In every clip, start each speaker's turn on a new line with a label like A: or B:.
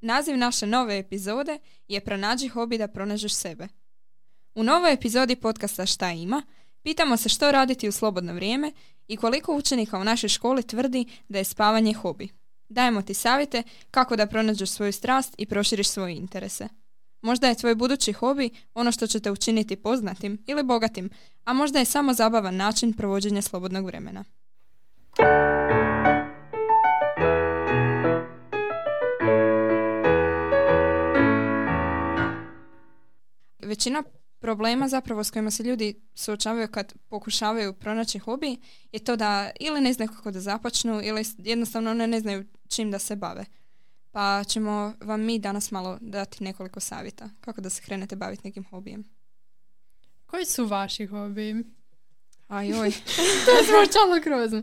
A: Naziv naše nove epizode je Pronađi hobi da pronađeš sebe. U novoj epizodi podcasta Šta ima, pitamo se što raditi u slobodno vrijeme i koliko učenika u našoj školi tvrdi da je spavanje hobi. Dajemo ti savjete kako da pronađeš svoju strast i proširiš svoje interese. Možda je tvoj budući hobi ono što će te učiniti poznatim ili bogatim, a možda je samo zabavan način provođenja slobodnog vremena. Većina problema zapravo s kojima se ljudi suočavaju kad pokušavaju pronaći hobi je to da ili ne znaju kako da započnu ili jednostavno ne, ne znaju čim da se bave. Pa ćemo vam mi danas malo dati nekoliko savjeta kako da se krenete baviti nekim hobijem.
B: Koji su vaši hobiji?
A: Aj, oj,
B: To je zvučalo grozno.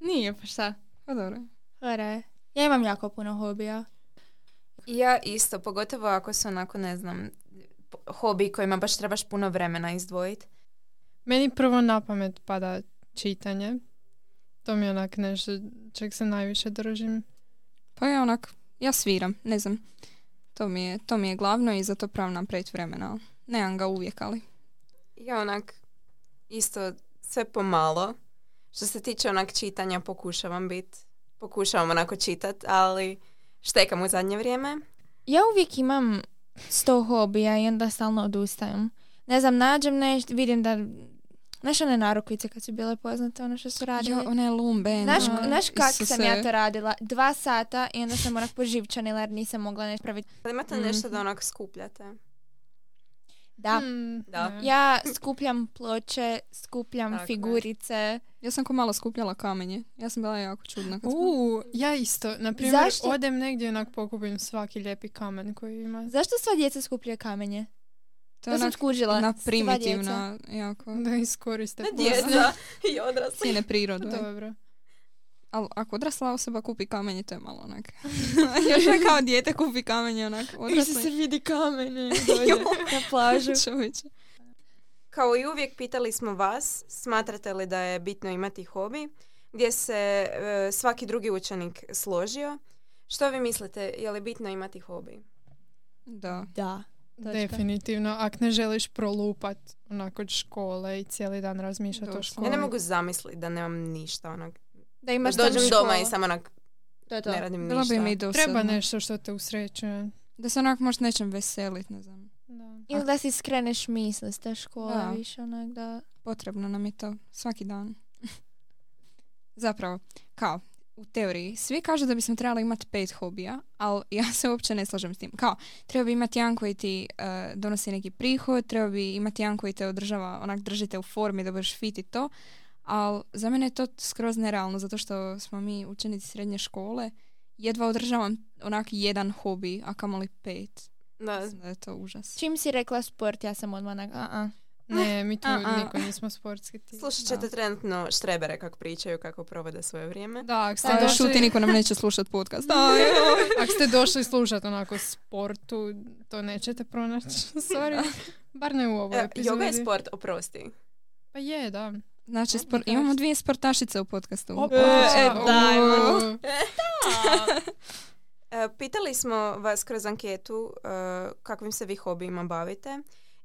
B: Nije, pa šta?
A: pa dobro.
C: Ore, ja imam jako puno hobija.
D: Ja isto, pogotovo ako su onako, ne znam, po- hobi kojima baš trebaš puno vremena izdvojiti.
B: Meni prvo na pamet pada čitanje. To mi je onak nešto čeg se najviše držim.
A: Pa ja onak, ja sviram, ne znam. To mi je, to mi je glavno i zato prav nam preći vremena. ali Nemam ga uvijek, ali
D: Ja onak isto sve pomalo. Što se tiče onak čitanja pokušavam bit, pokušavam onako čitat, ali štekam u zadnje vrijeme.
C: Ja uvijek imam sto hobija i onda stalno odustajem. Ne znam, nađem nešto, vidim da... Znaš one narukvice kad su bile poznate, ono što su radili?
A: Jo, one lumbe.
C: Znaš,
A: no.
C: znaš kak
A: Isuse.
C: sam ja to radila? Dva sata i onda sam onak poživčanila jer nisam mogla nešto praviti.
D: Ali imate
A: Mm.
B: Mhm.
D: nešto da onak skupljate?
C: Da.
A: Hmm.
B: Mm,
D: Da.
B: ne.
C: Ja skupljam ploče, skupljam
D: Tako je.
C: figurice.
A: Ja sam ko malo skupljala kamenje. Ja sam bila jako čudna. Kad smo...
B: U, ja isto. Na primjer,
C: Zašto?
B: odem negdje i onak pokupim svaki lijepi kamen koji ima.
C: Zašto sva djeca skupljaju kamenje?
A: To
C: To,
A: je
C: sam
A: onak
C: skužila.
A: na
C: Sva djeca.
A: primitivna, jako.
B: Da iskoriste.
D: Ne
B: posao.
D: djeca i odrasli.
A: Cijene prirodu.
B: Dobro.
A: Ali ako odrasla osoba kupi kamenje, to je malo onak. Još je kao dijete kupi kamenje, onak. Odrasli.
B: vidi kamenje.
C: Na plažu.
A: Čovječe.
D: Kao i uvijek pitali smo vas, smatrate li da je bitno imati hobi, gdje se e, svaki drugi učenik složio. Što vi mislite, je li bitno imati hobi?
A: Da.
C: Da. Točka.
B: Definitivno. Ak ne želiš prolupat onako od škole i cijeli dan razmišljati o
A: Doslovno.
B: školi.
D: Ja ne mogu zamisliti da nemam ništa. Onak.
C: Da imaš
D: Dođem
C: samo školu.
D: doma i samo onak
C: To je to.
D: ne radim
A: Bila
D: ništa.
A: bi mi dosadno.
B: Treba nešto što te usrećuje.
A: Da se onak možeš nečem veselit, ne znam.
B: Da.
C: Ili da si skreneš misli s te škole
A: Da.
C: više onak da...
A: Potrebno nam je to svaki dan. Zapravo, kao, u teoriji, svi kažu da bismo trebali imati pet hobija, ali ja se uopće ne slažem s tim. Kao, treba bi imati jedan koji ti eh, donosi neki prihod, treba bi imati jedan koji te održava, onak držite u formi da budeš fit i to, ali za mene je to skroz nerealno, zato što smo mi učenici srednje škole, jedva održavam onak jedan hobi, a kamoli pet.
D: Da,
A: Mislim da je to užas.
C: Čim si rekla sport, ja sam odmah na... A, a.
B: Ne, mi tu
A: A, a.
B: niko nismo sportski tim.
D: slušat
A: Da.
D: ćete trenutno štrebere kako pričaju, kako provode svoje vrijeme.
B: Da, ako ste,
A: Sada šuti,
B: došli,
A: Pa niko nam neće slušat podcast. Aj, aj.
B: ako ste došli slušati onako sportu, to nećete pronaći. Sorry. Bar ne u ovoj
D: E,
B: epizodi.
D: Joga je sport, oprosti.
B: Pa je, da.
A: Znači,
D: Ajmo
A: spor-
D: dalje.
A: imamo dvije sportašice u podcastu.
B: Opa.
D: e,
B: u.
D: daj, E, Pitali smo vas kroz anketu e, kakvim se vi hobijima bavite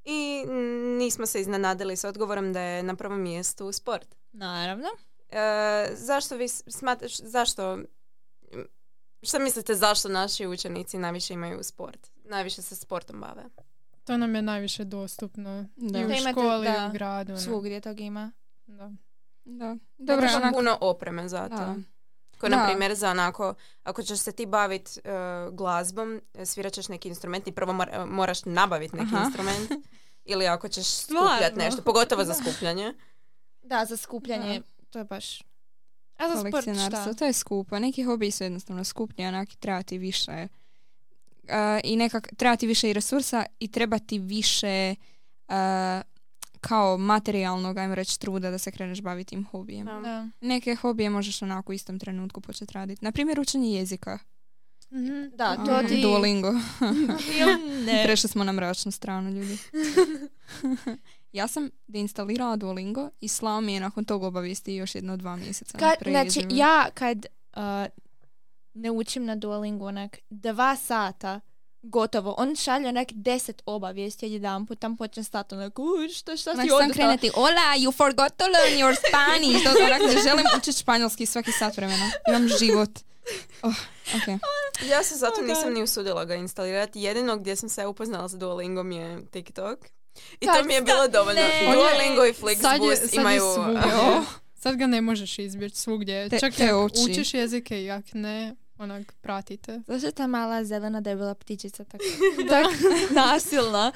D: i mm, nismo se iznenadili s odgovorom da je na prvom mjestu sport.
C: Naravno.
D: E, zašto vi smatrate, zašto, što mislite zašto naši učenici najviše imaju sport? Najviše se sportom bave.
B: To nam je najviše dostupno.
A: Da.
B: I
C: To
B: u
C: imate,
B: školi, i
C: da.
B: u gradu. ono.
C: Svugdje tog ima.
B: Da.
A: Da.
D: Dobro,
A: Dobro, onak,
D: puno opreme za to.
A: da.
D: Ko,
A: Da.
D: na primjer, za onako, ako ćeš se ti baviti glazbom, e, svirat ćeš neki instrument i prvo mor- e, moraš nabaviti neki
A: Aha.
D: instrument. Ili ako ćeš
A: Stvarno?
D: skupljati nešto, pogotovo za skupljanje.
C: Da, za skupljanje. To je baš... A za sport
A: kolekcionarstvo,
C: šta?
A: to je skupo. Neki hobiji su jednostavno skuplji, onak i treba ti više. e, I nekak, treba ti više i resursa i treba ti više e, kao materijalnog, ajmo reći, truda da se kreneš baviti tim hobijem.
D: Da.
C: Da.
A: Neke hobije možeš onako u istom trenutku početi raditi. Naprimjer, učenje jezika.
B: Mhm.
C: Da,
A: Mm,
C: to ti...
A: Duolingo.
C: ne.
A: Prešli smo na mračnu stranu, ljudi. ja sam deinstalirala Duolingo i slao mi je nakon tog obavijesti još jedno dva mjeseca.
C: znači, Kad,
A: Prejezivo.
C: znači, ja kad uh, ne učim na Duolingu onak dva sata gotovo. On šalje onak deset obavijesti jedan put, tam počne stati onak, "U, što, šta
A: Onak
C: si
A: Znači, sam
C: odustala?
A: krenuti, ola, you forgot to learn your Spanish. To sam onak, ne želim učiti španjolski svaki sat vremena. Imam život. Oh, ok.
D: Ja se zato
C: Oh,
D: nisam
C: God.
D: ni usudila ga instalirati. Jedino gdje sam se upoznala s Duolingom je TikTok. I
C: Kad
D: to mi je
C: sta-
D: bilo dovoljno.
C: ne.
D: Duolingo i
B: Sad je-
D: Flixbus
B: sad je
D: imaju...
B: svugdje.
D: aha.
B: Sad ga ne možeš izbjeći svugdje.
A: Te-
B: Čak
A: te
B: i ako
A: uči.
B: učiš jezike i ak ne, onak pratite.
C: Zašto je ta mala zelena debela ptičica tako, tak nasilna?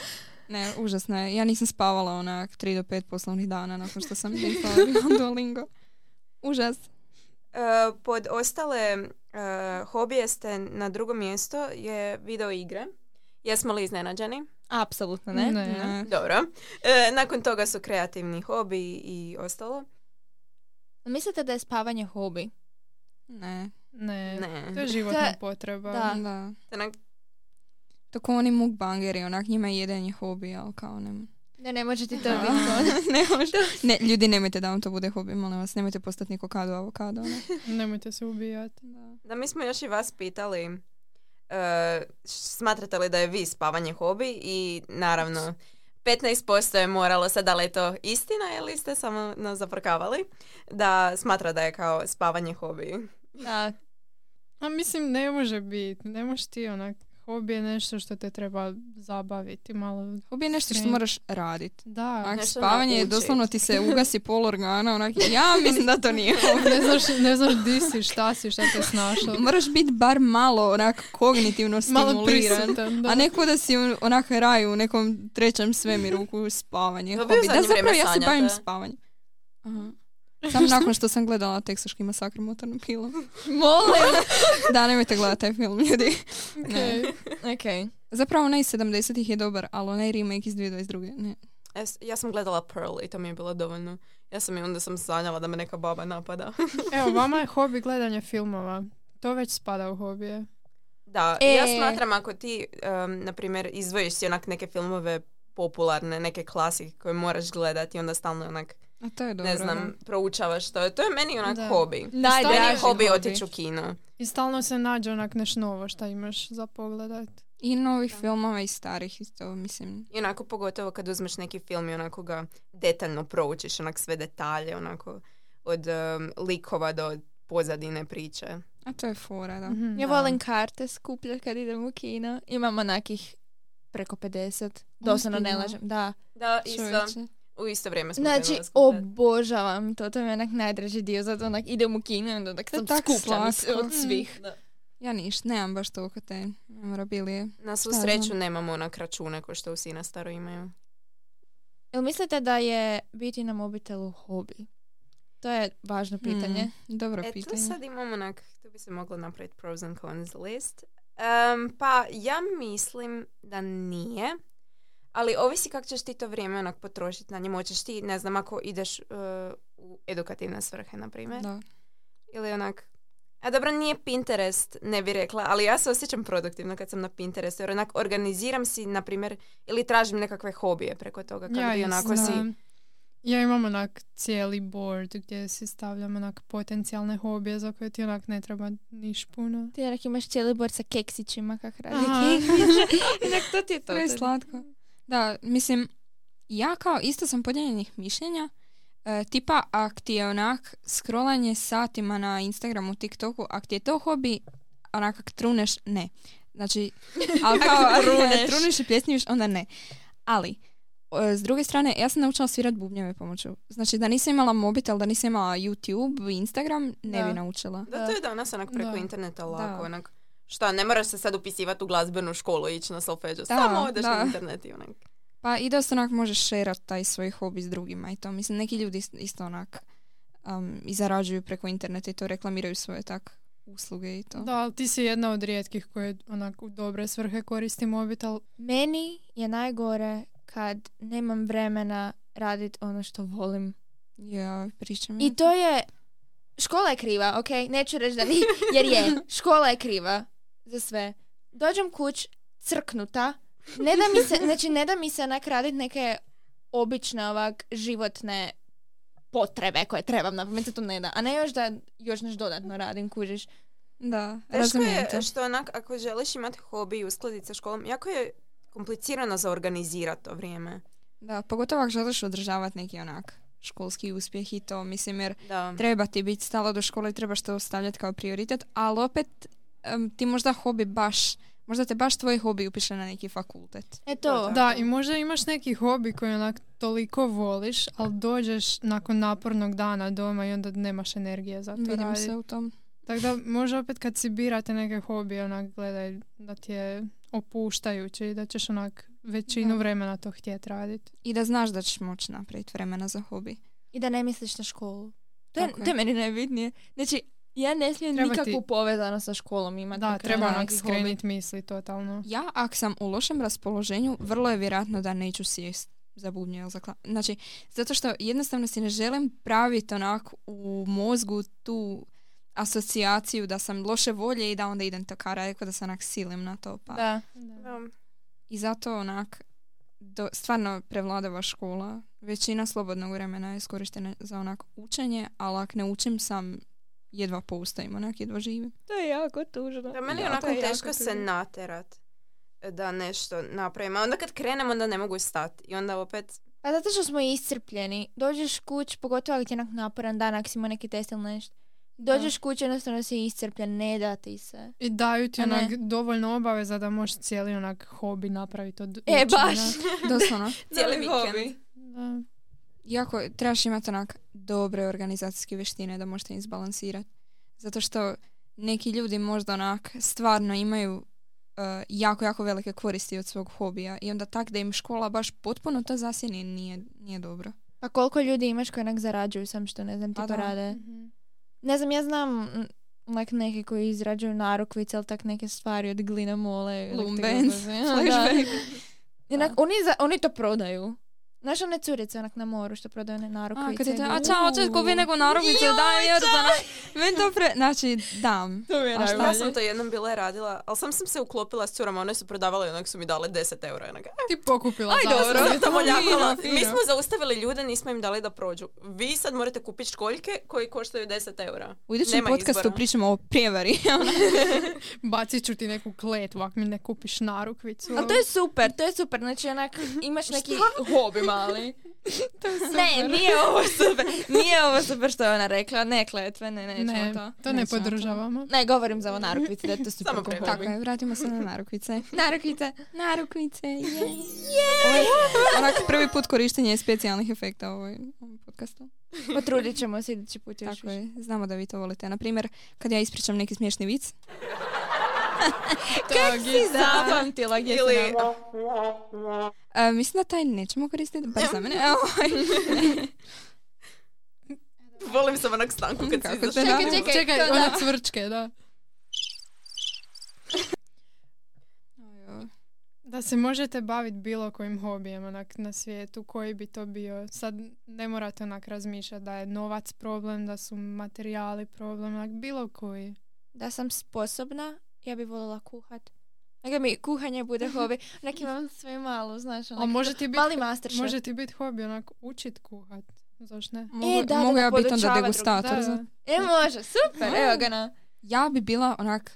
A: Ne, užasno je. Ja nisam spavala onak 3 do 5 poslovnih dana nakon što sam instalirala Duolingo. Užas.
D: E, pod ostale e, hobije ste na drugo mjesto je video igre. Jesmo li iznenađeni?
C: Apsolutno
B: Ne.
C: ne.
A: Ne.
B: Mm.
D: Dobro. E, nakon toga su kreativni hobi i ostalo.
C: Mislite da je spavanje hobi?
A: Ne.
B: Ne. E, To
D: Ne.
B: je životna
C: Da.
B: potreba.
C: Da.
A: Da.
D: Onak,
A: To kao oni mukbangeri, onak njima je jedan je hobi, ali kao ne.
C: Ne, ne može ti to
A: Da.
C: biti.
A: ne može. Ne, ljudi, nemojte da vam to bude hobi, molim vas. Nemojte postati niko kado avokado. ono.
B: Nemojte se ubijati.
A: Da.
D: Da, mi smo još i vas pitali e, š- smatrate li da je vi spavanje hobi i naravno 15% je moralo sad da li je to istina ili ste samo nas zafrkavali da smatra da je kao spavanje hobi.
C: Da.
B: A mislim, ne može biti. Ne možeš ti onak, hobi je nešto što te treba zabaviti malo.
A: Hobi je nešto što
B: Sve.
A: moraš radit.
B: Da.
A: Onak,
D: Nešto
A: spavanje je
D: naučit.
A: doslovno ti se ugasi pol organa, onak, ja mislim da to nije hobi.
B: Ne znaš, ne znaš di si, šta si, šta te snašao.
A: Moraš biti bar malo onak kognitivno
B: Malo
A: stimuliran.
B: prisutan. Da.
A: A ne ko da si u- onak raj u nekom trećem svemiru u spavanje.
D: Da, vi u
A: hobi. Da
D: zadnje
A: zapravo
D: vrijeme
A: ja se bavim
D: sanjate.
A: spavanjem. Aha. Sam nakon što sam gledala teksaški masakr motornom pilom.
C: Molim.
A: Da, nemojte gledati taj film, ljudi. Ne.
B: Okej.
C: ok.
A: Zapravo onaj iz 70-ih je dobar, ali onaj remake iz 2022. Ne.
D: E, s- Ja sam gledala Pearl i to mi je bilo dovoljno. Ja sam i onda sam sanjala da me neka baba napada.
B: Evo, vama je hobi gledanje filmova. To već spada u hobije.
D: Da,
C: E.
D: ja smatram ako ti, em, na primjer, izdvojiš si onak neke filmove popularne, neke klasike koje moraš gledati, onda stalno onak,
A: A to je dobro.
D: ne znam, proučavaš to. To je meni onak
B: Da.
D: hobi.
B: Šta
D: Meni
B: je
D: je
C: Najdraži
D: hobi otići u kino.
B: I stalno se nađe onak neš novo šta imaš za pogledat.
A: I novih filmova i starih isto, mislim.
D: I onako pogotovo kad uzmeš neki film i onako ga detaljno proučiš, onak sve detalje, onako od em, likova do pozadine priče.
A: A to je fora, da.
B: Mhm.
C: Ja volim karte skuplje kad idem u kino. Imam onakih preko 50. Doslovno ne
A: Ozbiljno?
C: lažem. Da.
D: Da, isto,
A: Čovječe.
D: u isto vrijeme smo
C: Znači,
D: krenule skupljati.
C: obožavam to. To mi je onak najdraži dio. Zato onak idem u kino i onda onak
A: To je
C: sam
A: E, tak
C: skupljena
A: slatko. Mm.
C: od svih.
A: Ja niš, nemam baš toliko te memorabilije.
D: Na svu
A: Šta ja
D: sreću
A: znam.
D: nemamo onak račune koje što u Sina staro imaju.
C: Jel mislite da je biti na mobitelu hobi? To je važno pitanje.
A: Mm, dobro
D: E tu
A: pitanje.
D: sad imamo onak, tu bi se moglo napraviti pros and cons list. Em, pa ja mislim da nije, ali ovisi kako ćeš ti to vrijeme onak potrošiti na njemu. Hoćeš ti, ne znam, ako ideš eh, u edukativne svrhe, na primjer.
A: Da.
D: Ili onak... A dobro, nije Pinterest, ne bi rekla, ali ja se osjećam produktivno kad sam na Pinterestu, jer onak organiziram si, na primjer, ili tražim nekakve hobije preko toga, kad bi
B: isto,
D: onako
B: da.
D: si...
B: Ja imam onak cijeli board gdje si stavljam onak potencijalne hobije za koje ti onak ne treba niš puno.
C: Ti onak imaš cijeli bor sa keksićima kak radi
B: Aha.
C: keksić. Onak, to ti je to.
A: Pre slatko. Da, mislim, ja kao isto sam podijeljenih mišljenja, e, tipa ak ti je onak scrollanje satima na Instagramu, TikToku, ak ti je to hobi, onak ak truneš, ne. Znači, ali kao truneš. truneš i pjesniš, onda ne. Ali, e, s druge strane, ja sam naučila svirat bubnjeve pomoću. Znači, da nisam imala mobitel, da nisam imala YouTube, i Instagram, ne
C: Da.
A: bi naučila.
D: Da, to je danas onak preko
B: Da.
D: interneta lako,
A: Da.
D: onak. Šta, ne moraš se sad upisivati u glazbenu školu i ići na solfeđu.
A: Da,
D: Samo odeš
A: da.
D: na internet i onak.
A: Pa i dosta onak možeš šerat taj svoj hobi s drugima i to. Mislim, neki ljudi ist- isto onak um, i zarađuju preko interneta i to reklamiraju svoje tak usluge i to.
B: Da, ali ti si jedna od rijetkih koje onak u dobre svrhe koristi mobitel.
C: Meni je najgore kad nemam vremena radit ono što volim.
A: Ja, pričam.
B: Mhm.
A: ja.
C: I to je... Škola je kriva, ok? Neću reći da ni, jer je. Škola je kriva za sve. Dođem kuć, crknuta. Ne da mi se, znači ne da mi se onak radit neke obične ovak životne potrebe koje trebam na pamet, se to ne da. A ne još da još nešto dodatno radim, kužiš.
A: Da,
D: Teško
A: razumijem te.
D: je što onak, ako želiš imati hobi i uskladiti sa školom, jako je komplicirano za organizirati to vrijeme.
A: Da, pogotovo ako želiš održavati neki onak školski uspjeh i to, mislim, jer
D: Da.
A: treba ti biti stalo do škole i trebaš to stavljati kao prioritet, ali opet em, ti možda hobi baš, možda te baš tvoji hobi upiše na neki fakultet.
C: E to.
D: Da.
B: Da, i možda imaš neki hobi koji onak toliko voliš, ali dođeš nakon napornog dana doma i onda nemaš energije za to
A: Vidim
B: radit.
A: se u tom.
B: Tako da možda opet kad si birate neke hobije, onak gledaj da ti je opuštajući i da ćeš onak većinu
A: Da.
B: vremena to htjeti raditi.
A: I da znaš da ćeš moći napraviti vremena za hobi.
C: I da ne misliš na školu. To je,
A: Tako je.
C: to je meni najbitnije. Znači, ja ne smijem
B: Treba ti-
C: nikakvu povezanost sa školom imati.
B: Da,
C: na kraju
B: treba
C: neki
B: onak
C: hobi.
B: skrenuti misli totalno.
A: Ja, ako sam u lošem raspoloženju, vrlo je vjerojatno da neću sjest za bubnje ili za kla- Znači, zato što jednostavno si ne želim praviti onak u mozgu tu asocijaciju da sam loše volje i da onda idem to kara, rekao da se onak silim na to. Pa.
C: Da.
D: Da.
A: I zato onak do, stvarno prevladava škola. Većina slobodnog vremena je iskorištena za onak učenje, ali ako ne učim sam jedva postojim, onak jedva živim.
C: To je jako tužno.
D: Da, meni je
A: Da,
D: onako
C: to je jako
D: teško se
C: tužno.
D: naterat da nešto napravim. A onda kad krenem, onda ne mogu stati. I onda opet,
C: Pa zato što smo iscrpljeni. Dođeš kuć, pogotovo ako ti je onak naporan dan, ako si imao neki test ili nešto. Dođeš kuć, jednostavno si iscrpljen, ne da ti se.
B: I daju ti
C: A ne.
B: onak dovoljno obaveza da možeš cijeli onak hobi napraviti od
C: E,
B: učenja.
C: baš.
A: Doslovno.
D: cijeli
A: Novi hobi.
D: vikend.
B: Da.
A: jako trebaš imati onak dobre organizacijske vještine da možete izbalansirati. Zato što neki ljudi možda onak stvarno imaju eh, jako, jako velike koristi od svog hobija i onda tak da im škola baš potpuno to zasjeni nije, nije dobro.
C: Pa koliko ljudi imaš koji onak zarađuju sam što ne znam ti
A: Pa
C: to
A: da.
C: rade.
B: Mhm.
C: Ne znam, ja znam m, onak neke koji izrađuju narukvice ili tak neke stvari od glina mole. ili tak
A: Lumbens,
C: neke gluposti. Da. I onak, oni, za, oni to prodaju. Znaš one curice onak na moru što prodaju one narukvice?
A: A, kad je to,
C: i
A: a
C: glinu?
A: ča, hoćeš kupi nego narobnicu, daj jer za na... Meni to pre... Znači, dam.
C: To mi je
A: A šta?
D: Ja
C: najbolje.
D: sam to jednom bila radila, ali sam sam se uklopila s curama, one su prodavale i onak su mi dale 10 eura. i Onak, e,
B: Ti pokupila
D: Aj,
B: zapravo.
D: dobro, to moljakala.
B: Fino, fino.
D: Mi smo zaustavili ljude, nismo im dali da prođu. Vi sad morate kupiti školjke koji koštaju 10 eura.
A: U idućem
D: Nema
A: podcastu
D: izbora.
A: pričamo o prijevari.
B: Bacit ću ti neku kletvu ako mi ne kupiš narukvicu. ono.
C: Ali to je super, to je super. Znači, onak, imaš neki hobi mali.
B: To je
C: Ne, nije ovo super. Nije ovo super što je ona rekla. Ne kletve, ne, nećemo
B: Ne,
C: to.
B: to ne
A: Nećemo to.
B: podržavamo.
C: Ne, govorim za ovo narukvice, da je to super.
D: Samo
C: ko hobi.
D: prevari.
A: Tako je, vratimo se na narukvice.
C: Narukvice.
A: Narukvice, jej. Ovaj, Onak prvi put korištenje specijalnih efekta u ovoj- ovom podcastu.
C: Potrudit ćemo se idući put još.
A: Tako je, znamo da vi to volite. Naprimjer, kad ja ispričam neki smiješni vic,
B: Kak si
C: Zapamtila gdje
D: Ili-
C: se nama-
A: a, mislim da taj nećemo koristiti, bar za mene. Ovaj,
D: Volim sam onak stanku kad
A: Kako
D: se
A: te
B: Čekaj,
A: Da.
B: čekaj,
C: Čekaj, E, to
B: ona
C: da.
B: cvrčke, da.
C: E,
A: Ajoj.
B: Da se možete baviti bilo kojim hobijem onak na svijetu, koji bi to bio. Sad ne morate onak razmišljati da je novac problem, da su materijali problem, onak bilo koji.
C: Da sam sposobna, ja bi voljela kuhat. Neka mi kuhanje bude hobi. Nek imam sve malo, znaš,
B: A
C: onak.
B: može ti biti
C: Mali master
B: može ti biti hobi onak učit kuhat. Zašto ne?
A: Mogu,
C: da,
A: mogu
C: da
A: ja biti onda
C: podučava
A: degustator.
B: Da.
A: za-
C: E, može, super,
A: Može.
C: evo ga na.
A: Ja bi bila onak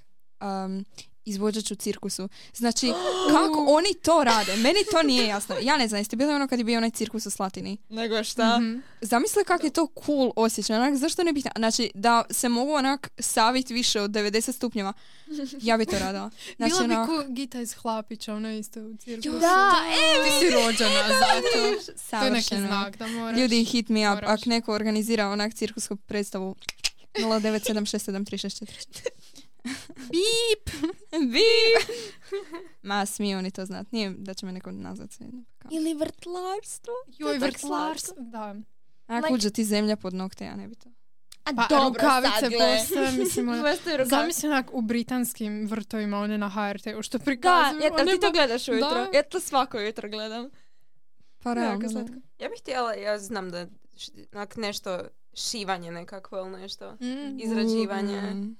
A: um, izvođač u cirkusu. Znači, kako oni to rade? Meni to nije jasno. Ja ne znam, jeste bili ono kad je bio onaj cirkus u Slatini?
C: Nego šta?
B: Mhm.
A: Zamisli kak je to cool osjećaj, onak, zašto ne bih, znači, da se mogu onak savit više od 90 stupnjeva, ja bi to radila. Znači,
B: Bila bi
A: onak,
B: ku Gita iz Hlapića, ono isto u cirkusu.
C: Da,
B: Ti si rođena za to. To je neki
A: savršeno.
B: znak da moraš.
A: Ljudi, hit me up,
B: moraš.
A: ako neko organizira onak cirkusku predstavu, 09767364. Bip! Bip! Ma, smiju oni to znat, nije da će me neko nazvat sve jedno. Kao.
C: Ili vrtlarstvo.
B: Joj,
C: to je
B: vrtlarstvo. Da.
A: Ako
C: like-
A: uđe ti zemlja pod nokte, ja ne bi to.
C: A
B: Pa rukavice postoje, mislim, ono-
C: Postoje rukavice.
B: Zamisli onak u britanskim vrtovima, one na HRT-u, što
C: Da,
B: prikazuju.
C: ja, jel
B: one
C: ti to
B: ba-
C: gledaš ujutro?
B: pa- Da.
C: Ja to svako jutro gledam.
A: Pa
C: Jako
A: realno, da.
C: slatko.
D: Ja bih htjela, ja znam da š- onak nešto šivanje nekakvo ili nešto.
B: Mm.
D: Izrađivanje.
A: Mm.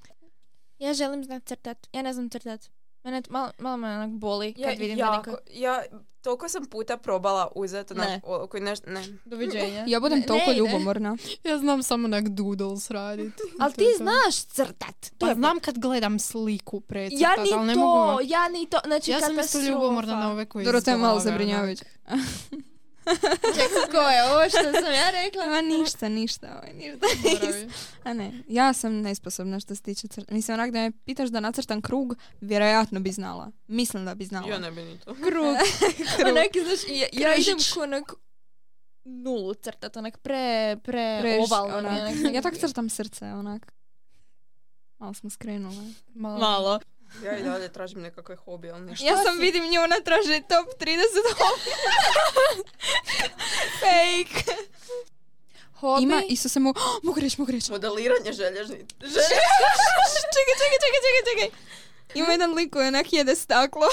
C: Ja želim znat crtat. Ja ne znam crtat. Mene t- malo, malo me onak boli kad vidim da
D: jako,
C: neko...
D: ja toliko sam puta probala uzeti onak,
C: Ne.
D: o- koji neš- ne.
C: Doviđenja.
A: Ja budem
C: Ne-
A: toliko
C: ne ide.
A: ljubomorna.
B: Ja znam samo onak doodles radit.
C: Ali
B: To
C: ti
B: je to.
C: znaš crtat. To
B: Pa
C: je
B: znam kad gledam sliku precrtat,
C: Ja
B: ali
C: ni
B: ne mogu...
C: to,
B: vam-
C: ja ni to. Znači,
B: Ja sam isto
C: katastrofa.
B: ljubomorna na ove koji
A: Dorota je malo
B: izgovara,
A: zabrinjavajuća.
C: Čekaj, ko je ovo što sam ja rekla?
A: Ma ništa, ništa, ovaj, ništa.
B: onak, zaboravi.
A: A ne, ja sam nesposobna što se tiče crta. Mislim, onak da me pitaš da nacrtam krug, vjerojatno bi znala. Mislim da bi znala.
D: Ja ne bi ni to.
A: Krug.
C: Onak, znaš, ja, ja idem
A: Križić.
C: ko onak nulu crtat, onak pre, pre,
A: Preš-
C: ovalno. mi je,
A: onak.
C: onak-
A: Ja tak crtam srce, onak. Malo smo skrenule.
B: Malo.
C: Malo.
D: Ja i dalje tražim nekakve hobi, ali ništa.
A: ja sam
C: si?
A: vidim nju, ona traži top 30 Fake.
C: Hobi?
A: Ima, Isuse,
C: "Oh,
A: mo- mogu reći, mogu reći.
D: Modeliranje želježni.
A: čekaj, čekaj, čekaj, čekaj, čekaj. Ima jedan lik koji onak jede staklo.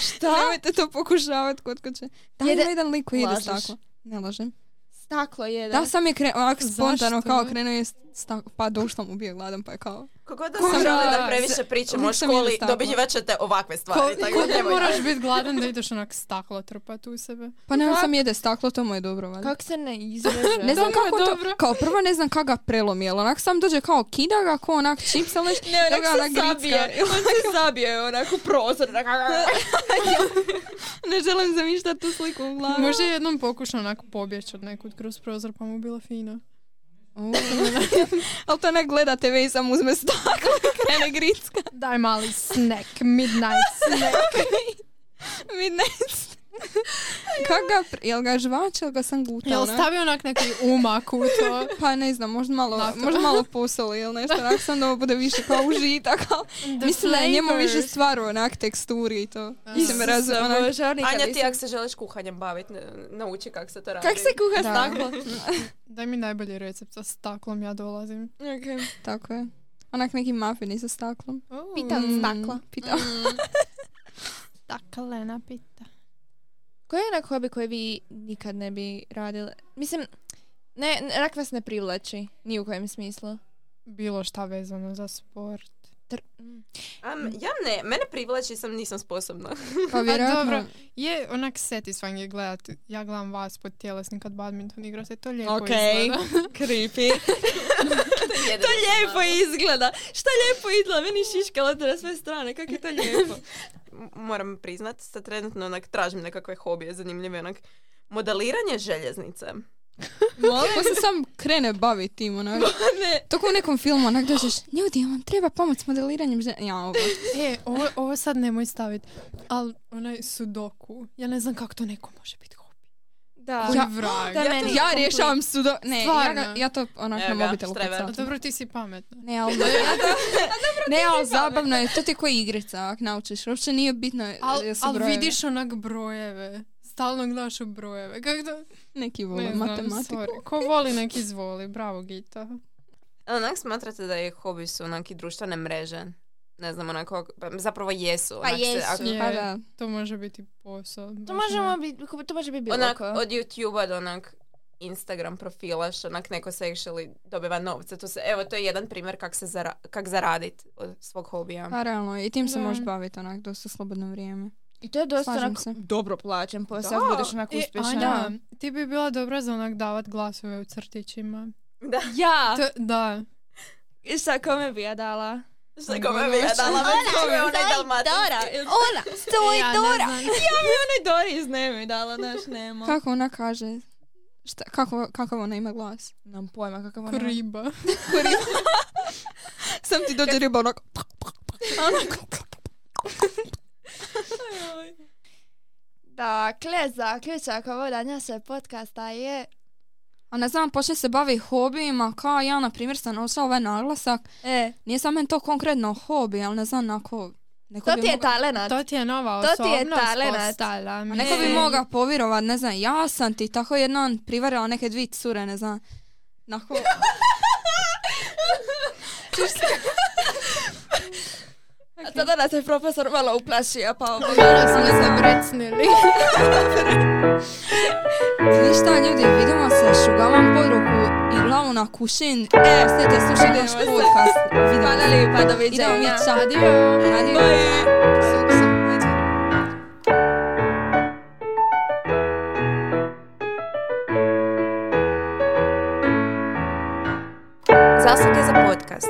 C: Šta?
A: Nemojte to pokušavati kod kuće. Da,
C: Jede-
A: ima jedan lik koji jede
C: Lažeš.
A: staklo. Ne lažem.
C: Staklo je.
A: Da, sam je krenuo, onako spontano
B: Zašto?
A: kao krenuo je staklo. Pa došla mu bio gladan pa je kao.
D: Kako da
A: Kuža.
D: sam želi da previše pričamo o
A: Lik sam
D: školi,
A: jednostavna.
D: dobivat ćete ovakve stvari.
B: Ko-
C: Pa
B: ko
D: tako da
B: da
D: nemojte.
B: moraš biti gladan da ideš onak staklo trpat u sebe.
A: Pa ne, on
C: Kak-
A: sam jede staklo, to mu je dobro. valjda.
C: Kako se ne izraža?
A: Ne znam
B: To mu je
A: kako to,
B: dobro.
A: kao prvo ne znam kako ga prelomi, jel onak sam dođe kao kida ga, ko onak čipsa leš,
C: Ne, onak
A: da ga
C: se
A: onak gricka.
C: zabije. On se zabije onako u prozor. onak,
A: ne želim zamišljati tu sliku u glavi.
B: Možda je jednom pokušao onako pobjeći od nekud kroz prozor pa mu bilo fino.
A: U, Ali to ne gleda TV i sam uzme staklo i krene gricka.
B: Daj mali snack, midnight snack.
A: Mi ne znam. Kak ga, pre- jel ga žvač, jel ga sam guta?
B: Jel
A: onak?
B: stavio onak neki umak u to?
A: Pa ne znam, možda malo,
B: Dakle.
A: možda malo posoli ili nešto, onak sam da ovo bude više kao užitak, ali mislim da je njemu više stvar onak teksturi i to. Mislim, razu,
C: Isuse
A: onak,
C: Bože, nikad
D: Anja, ti
C: nisam-
D: ako se želiš kuhanjem baviti, nauči kako se to radi.
A: kak se kuha
B: Da.
A: staklo?
B: Daj mi najbolji recept, sa staklom ja dolazim.
A: Tako je. Onak neki mafini sa staklom. Mm.
B: Oh.
C: Pita. Od stakla.
A: Pita.
B: Staklena pita.
C: Koji je onak hobi koji vi nikad ne bi radile? Mislim, ne, ne- rak vas ne privlači, ni u kojem smislu.
B: Bilo šta vezano za sport.
C: Tr- mm.
D: Am, ja ne, mene privlači sam, nisam sposobna.
A: Pa vjerojatno.
B: dobro. Je onak satisfying je gledat. Ja gledam vas pod tjelesnim kad badminton igrate, to lijepo
C: Ok.
B: izgleda.
C: Creepy.
D: Jedino
C: to
D: sam
C: lijepo izgleda. Šta lijepo izgleda? Meni šiška lete na sve strane. Kako je to lijepo?
D: M- moram priznat, sad trenutno onak tražim nekakve hobije zanimljive, onak modeliranje željeznice.
A: Pa se sam krene baviti tim, onak. To kao u nekom filmu, onak dođeš, ljudi, ja vam treba pomoć s modeliranjem žena. Ja, ovo.
B: E, ovo, ovo sad nemoj stavit. Ali onaj sudoku. Ja ne znam kako to neko može biti hobi.
C: Da.
B: Koji
A: Ja-
B: vrag.
C: Da, meni-
A: Ja rješavam sudo... Ne, ja, ga-
B: Stvarno?
A: ja to onak na
D: Evo ga,
A: mobitelu
D: štreber.
B: A
A: kucam.
B: dobro, ti si pametna.
A: Ne, ali, ne, ali zabavno je, to ti je ko igrica, ak naučiš. Uopće nije bitno
B: Al,
A: jesu
B: al
A: brojevi.
B: vidiš onak brojeve. Stalno gledaš u brojeve. Kako to...
A: Neki vole
B: Ne znam,
A: matematiku.
B: sorry. Ko voli, nek izvoli. Bravo, Gita.
D: Onak smatrate da je hobi su onak i društvene mreže? Ne znam, onako, pa zapravo jesu.
C: Pa
D: onak se-
C: jesu.
D: ako-
B: Je,
A: Pa da.
B: To može biti posao.
C: To,
B: baš
C: možemo
B: onak.
C: biti, to može biti bilo
D: onak,
C: ko.
D: od YouTube-a do onak Instagram profila, što onak neko se actually dobiva novce. To se, evo, to je jedan primjer kak, se zara, kak zaradit od svog hobija.
A: Pa realno, i tim se
B: Da.
A: možeš baviti onak dosta slobodno vrijeme.
C: I to je dosta
A: Slažem
C: onako
A: se.
C: dobro plaćen posao,
D: Da.
C: Pa budeš onako
B: E,
C: uspješna.
B: Anja, ti bi bila dobra za onak davat glasove u crtićima.
D: Da,
C: Ja,
B: To, da.
C: I sa kome bi ja dala?
D: što je kome bi ja dala već kome je onaj dalmatinski.
C: Ona, stoji
B: E, ja, ne znam.
C: onoj Dori iz Neme dala, znaš, Nemo.
A: Kako ona kaže? Šta, kako, kakav ona ima glas?
C: Nam pojma kakav ona...
B: Ko Riba.
A: Sam ti dođe riba onak...
C: Dakle, zaključak ovog danja se podcasta je...
A: A ne znam, počne se bavi hobijima, kao ja, na primjer, sam nosila ovaj naglasak.
C: E,
A: Nije sam meni to konkretno hobi, ali ne znam, onako... Neko
C: to
A: bi
C: ti je
A: mogao-
C: talenat.
B: To ti je nova
C: To ti je
B: osobnost
C: talenat.
B: postala,
A: A neko bi
C: E.
B: mislim.
A: mogao povjerovat, ne znam, ja sam ti tako jednom privarila neke dvije cure, ne znam. Nako...
C: A tada nas je profesor malo uplašio, pa ovo...
B: Malo smo se brecnili.
A: Ništa ljudi, vidimo se, šugavam pod ruku i glavu na kušin. E, sve te slušali naš podcast.
C: Pa
A: Hvala
D: pa
A: lepa, doviđenja. Idemo mi ča. Adio. Suk, suk, doviđenja.
D: Zasluge za podcast.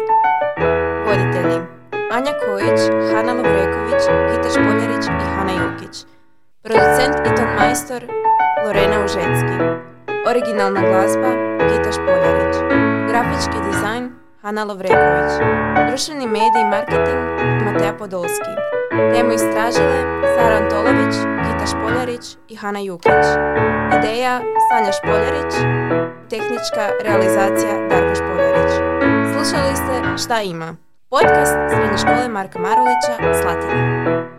D: Voditelji Anja Kojić, Hana Lovreković, Kita Špoljarić i Hana Jukić. Producent i ton majstor Lorena Užecki. Originalna glazba Kita Špoljarić. Grafički dizajn Hana Lovreković. Društveni medij i marketing Mateja Podolski. Temu istražile Sara Antolović, Kita Špoljarić i Hana Jukić. Ideja Sanja Špoljarić, tehnička realizacija Darko Špoljarić. Slušali ste Šta ima? Podcast Srednje škole Marka Marulića, Slatina.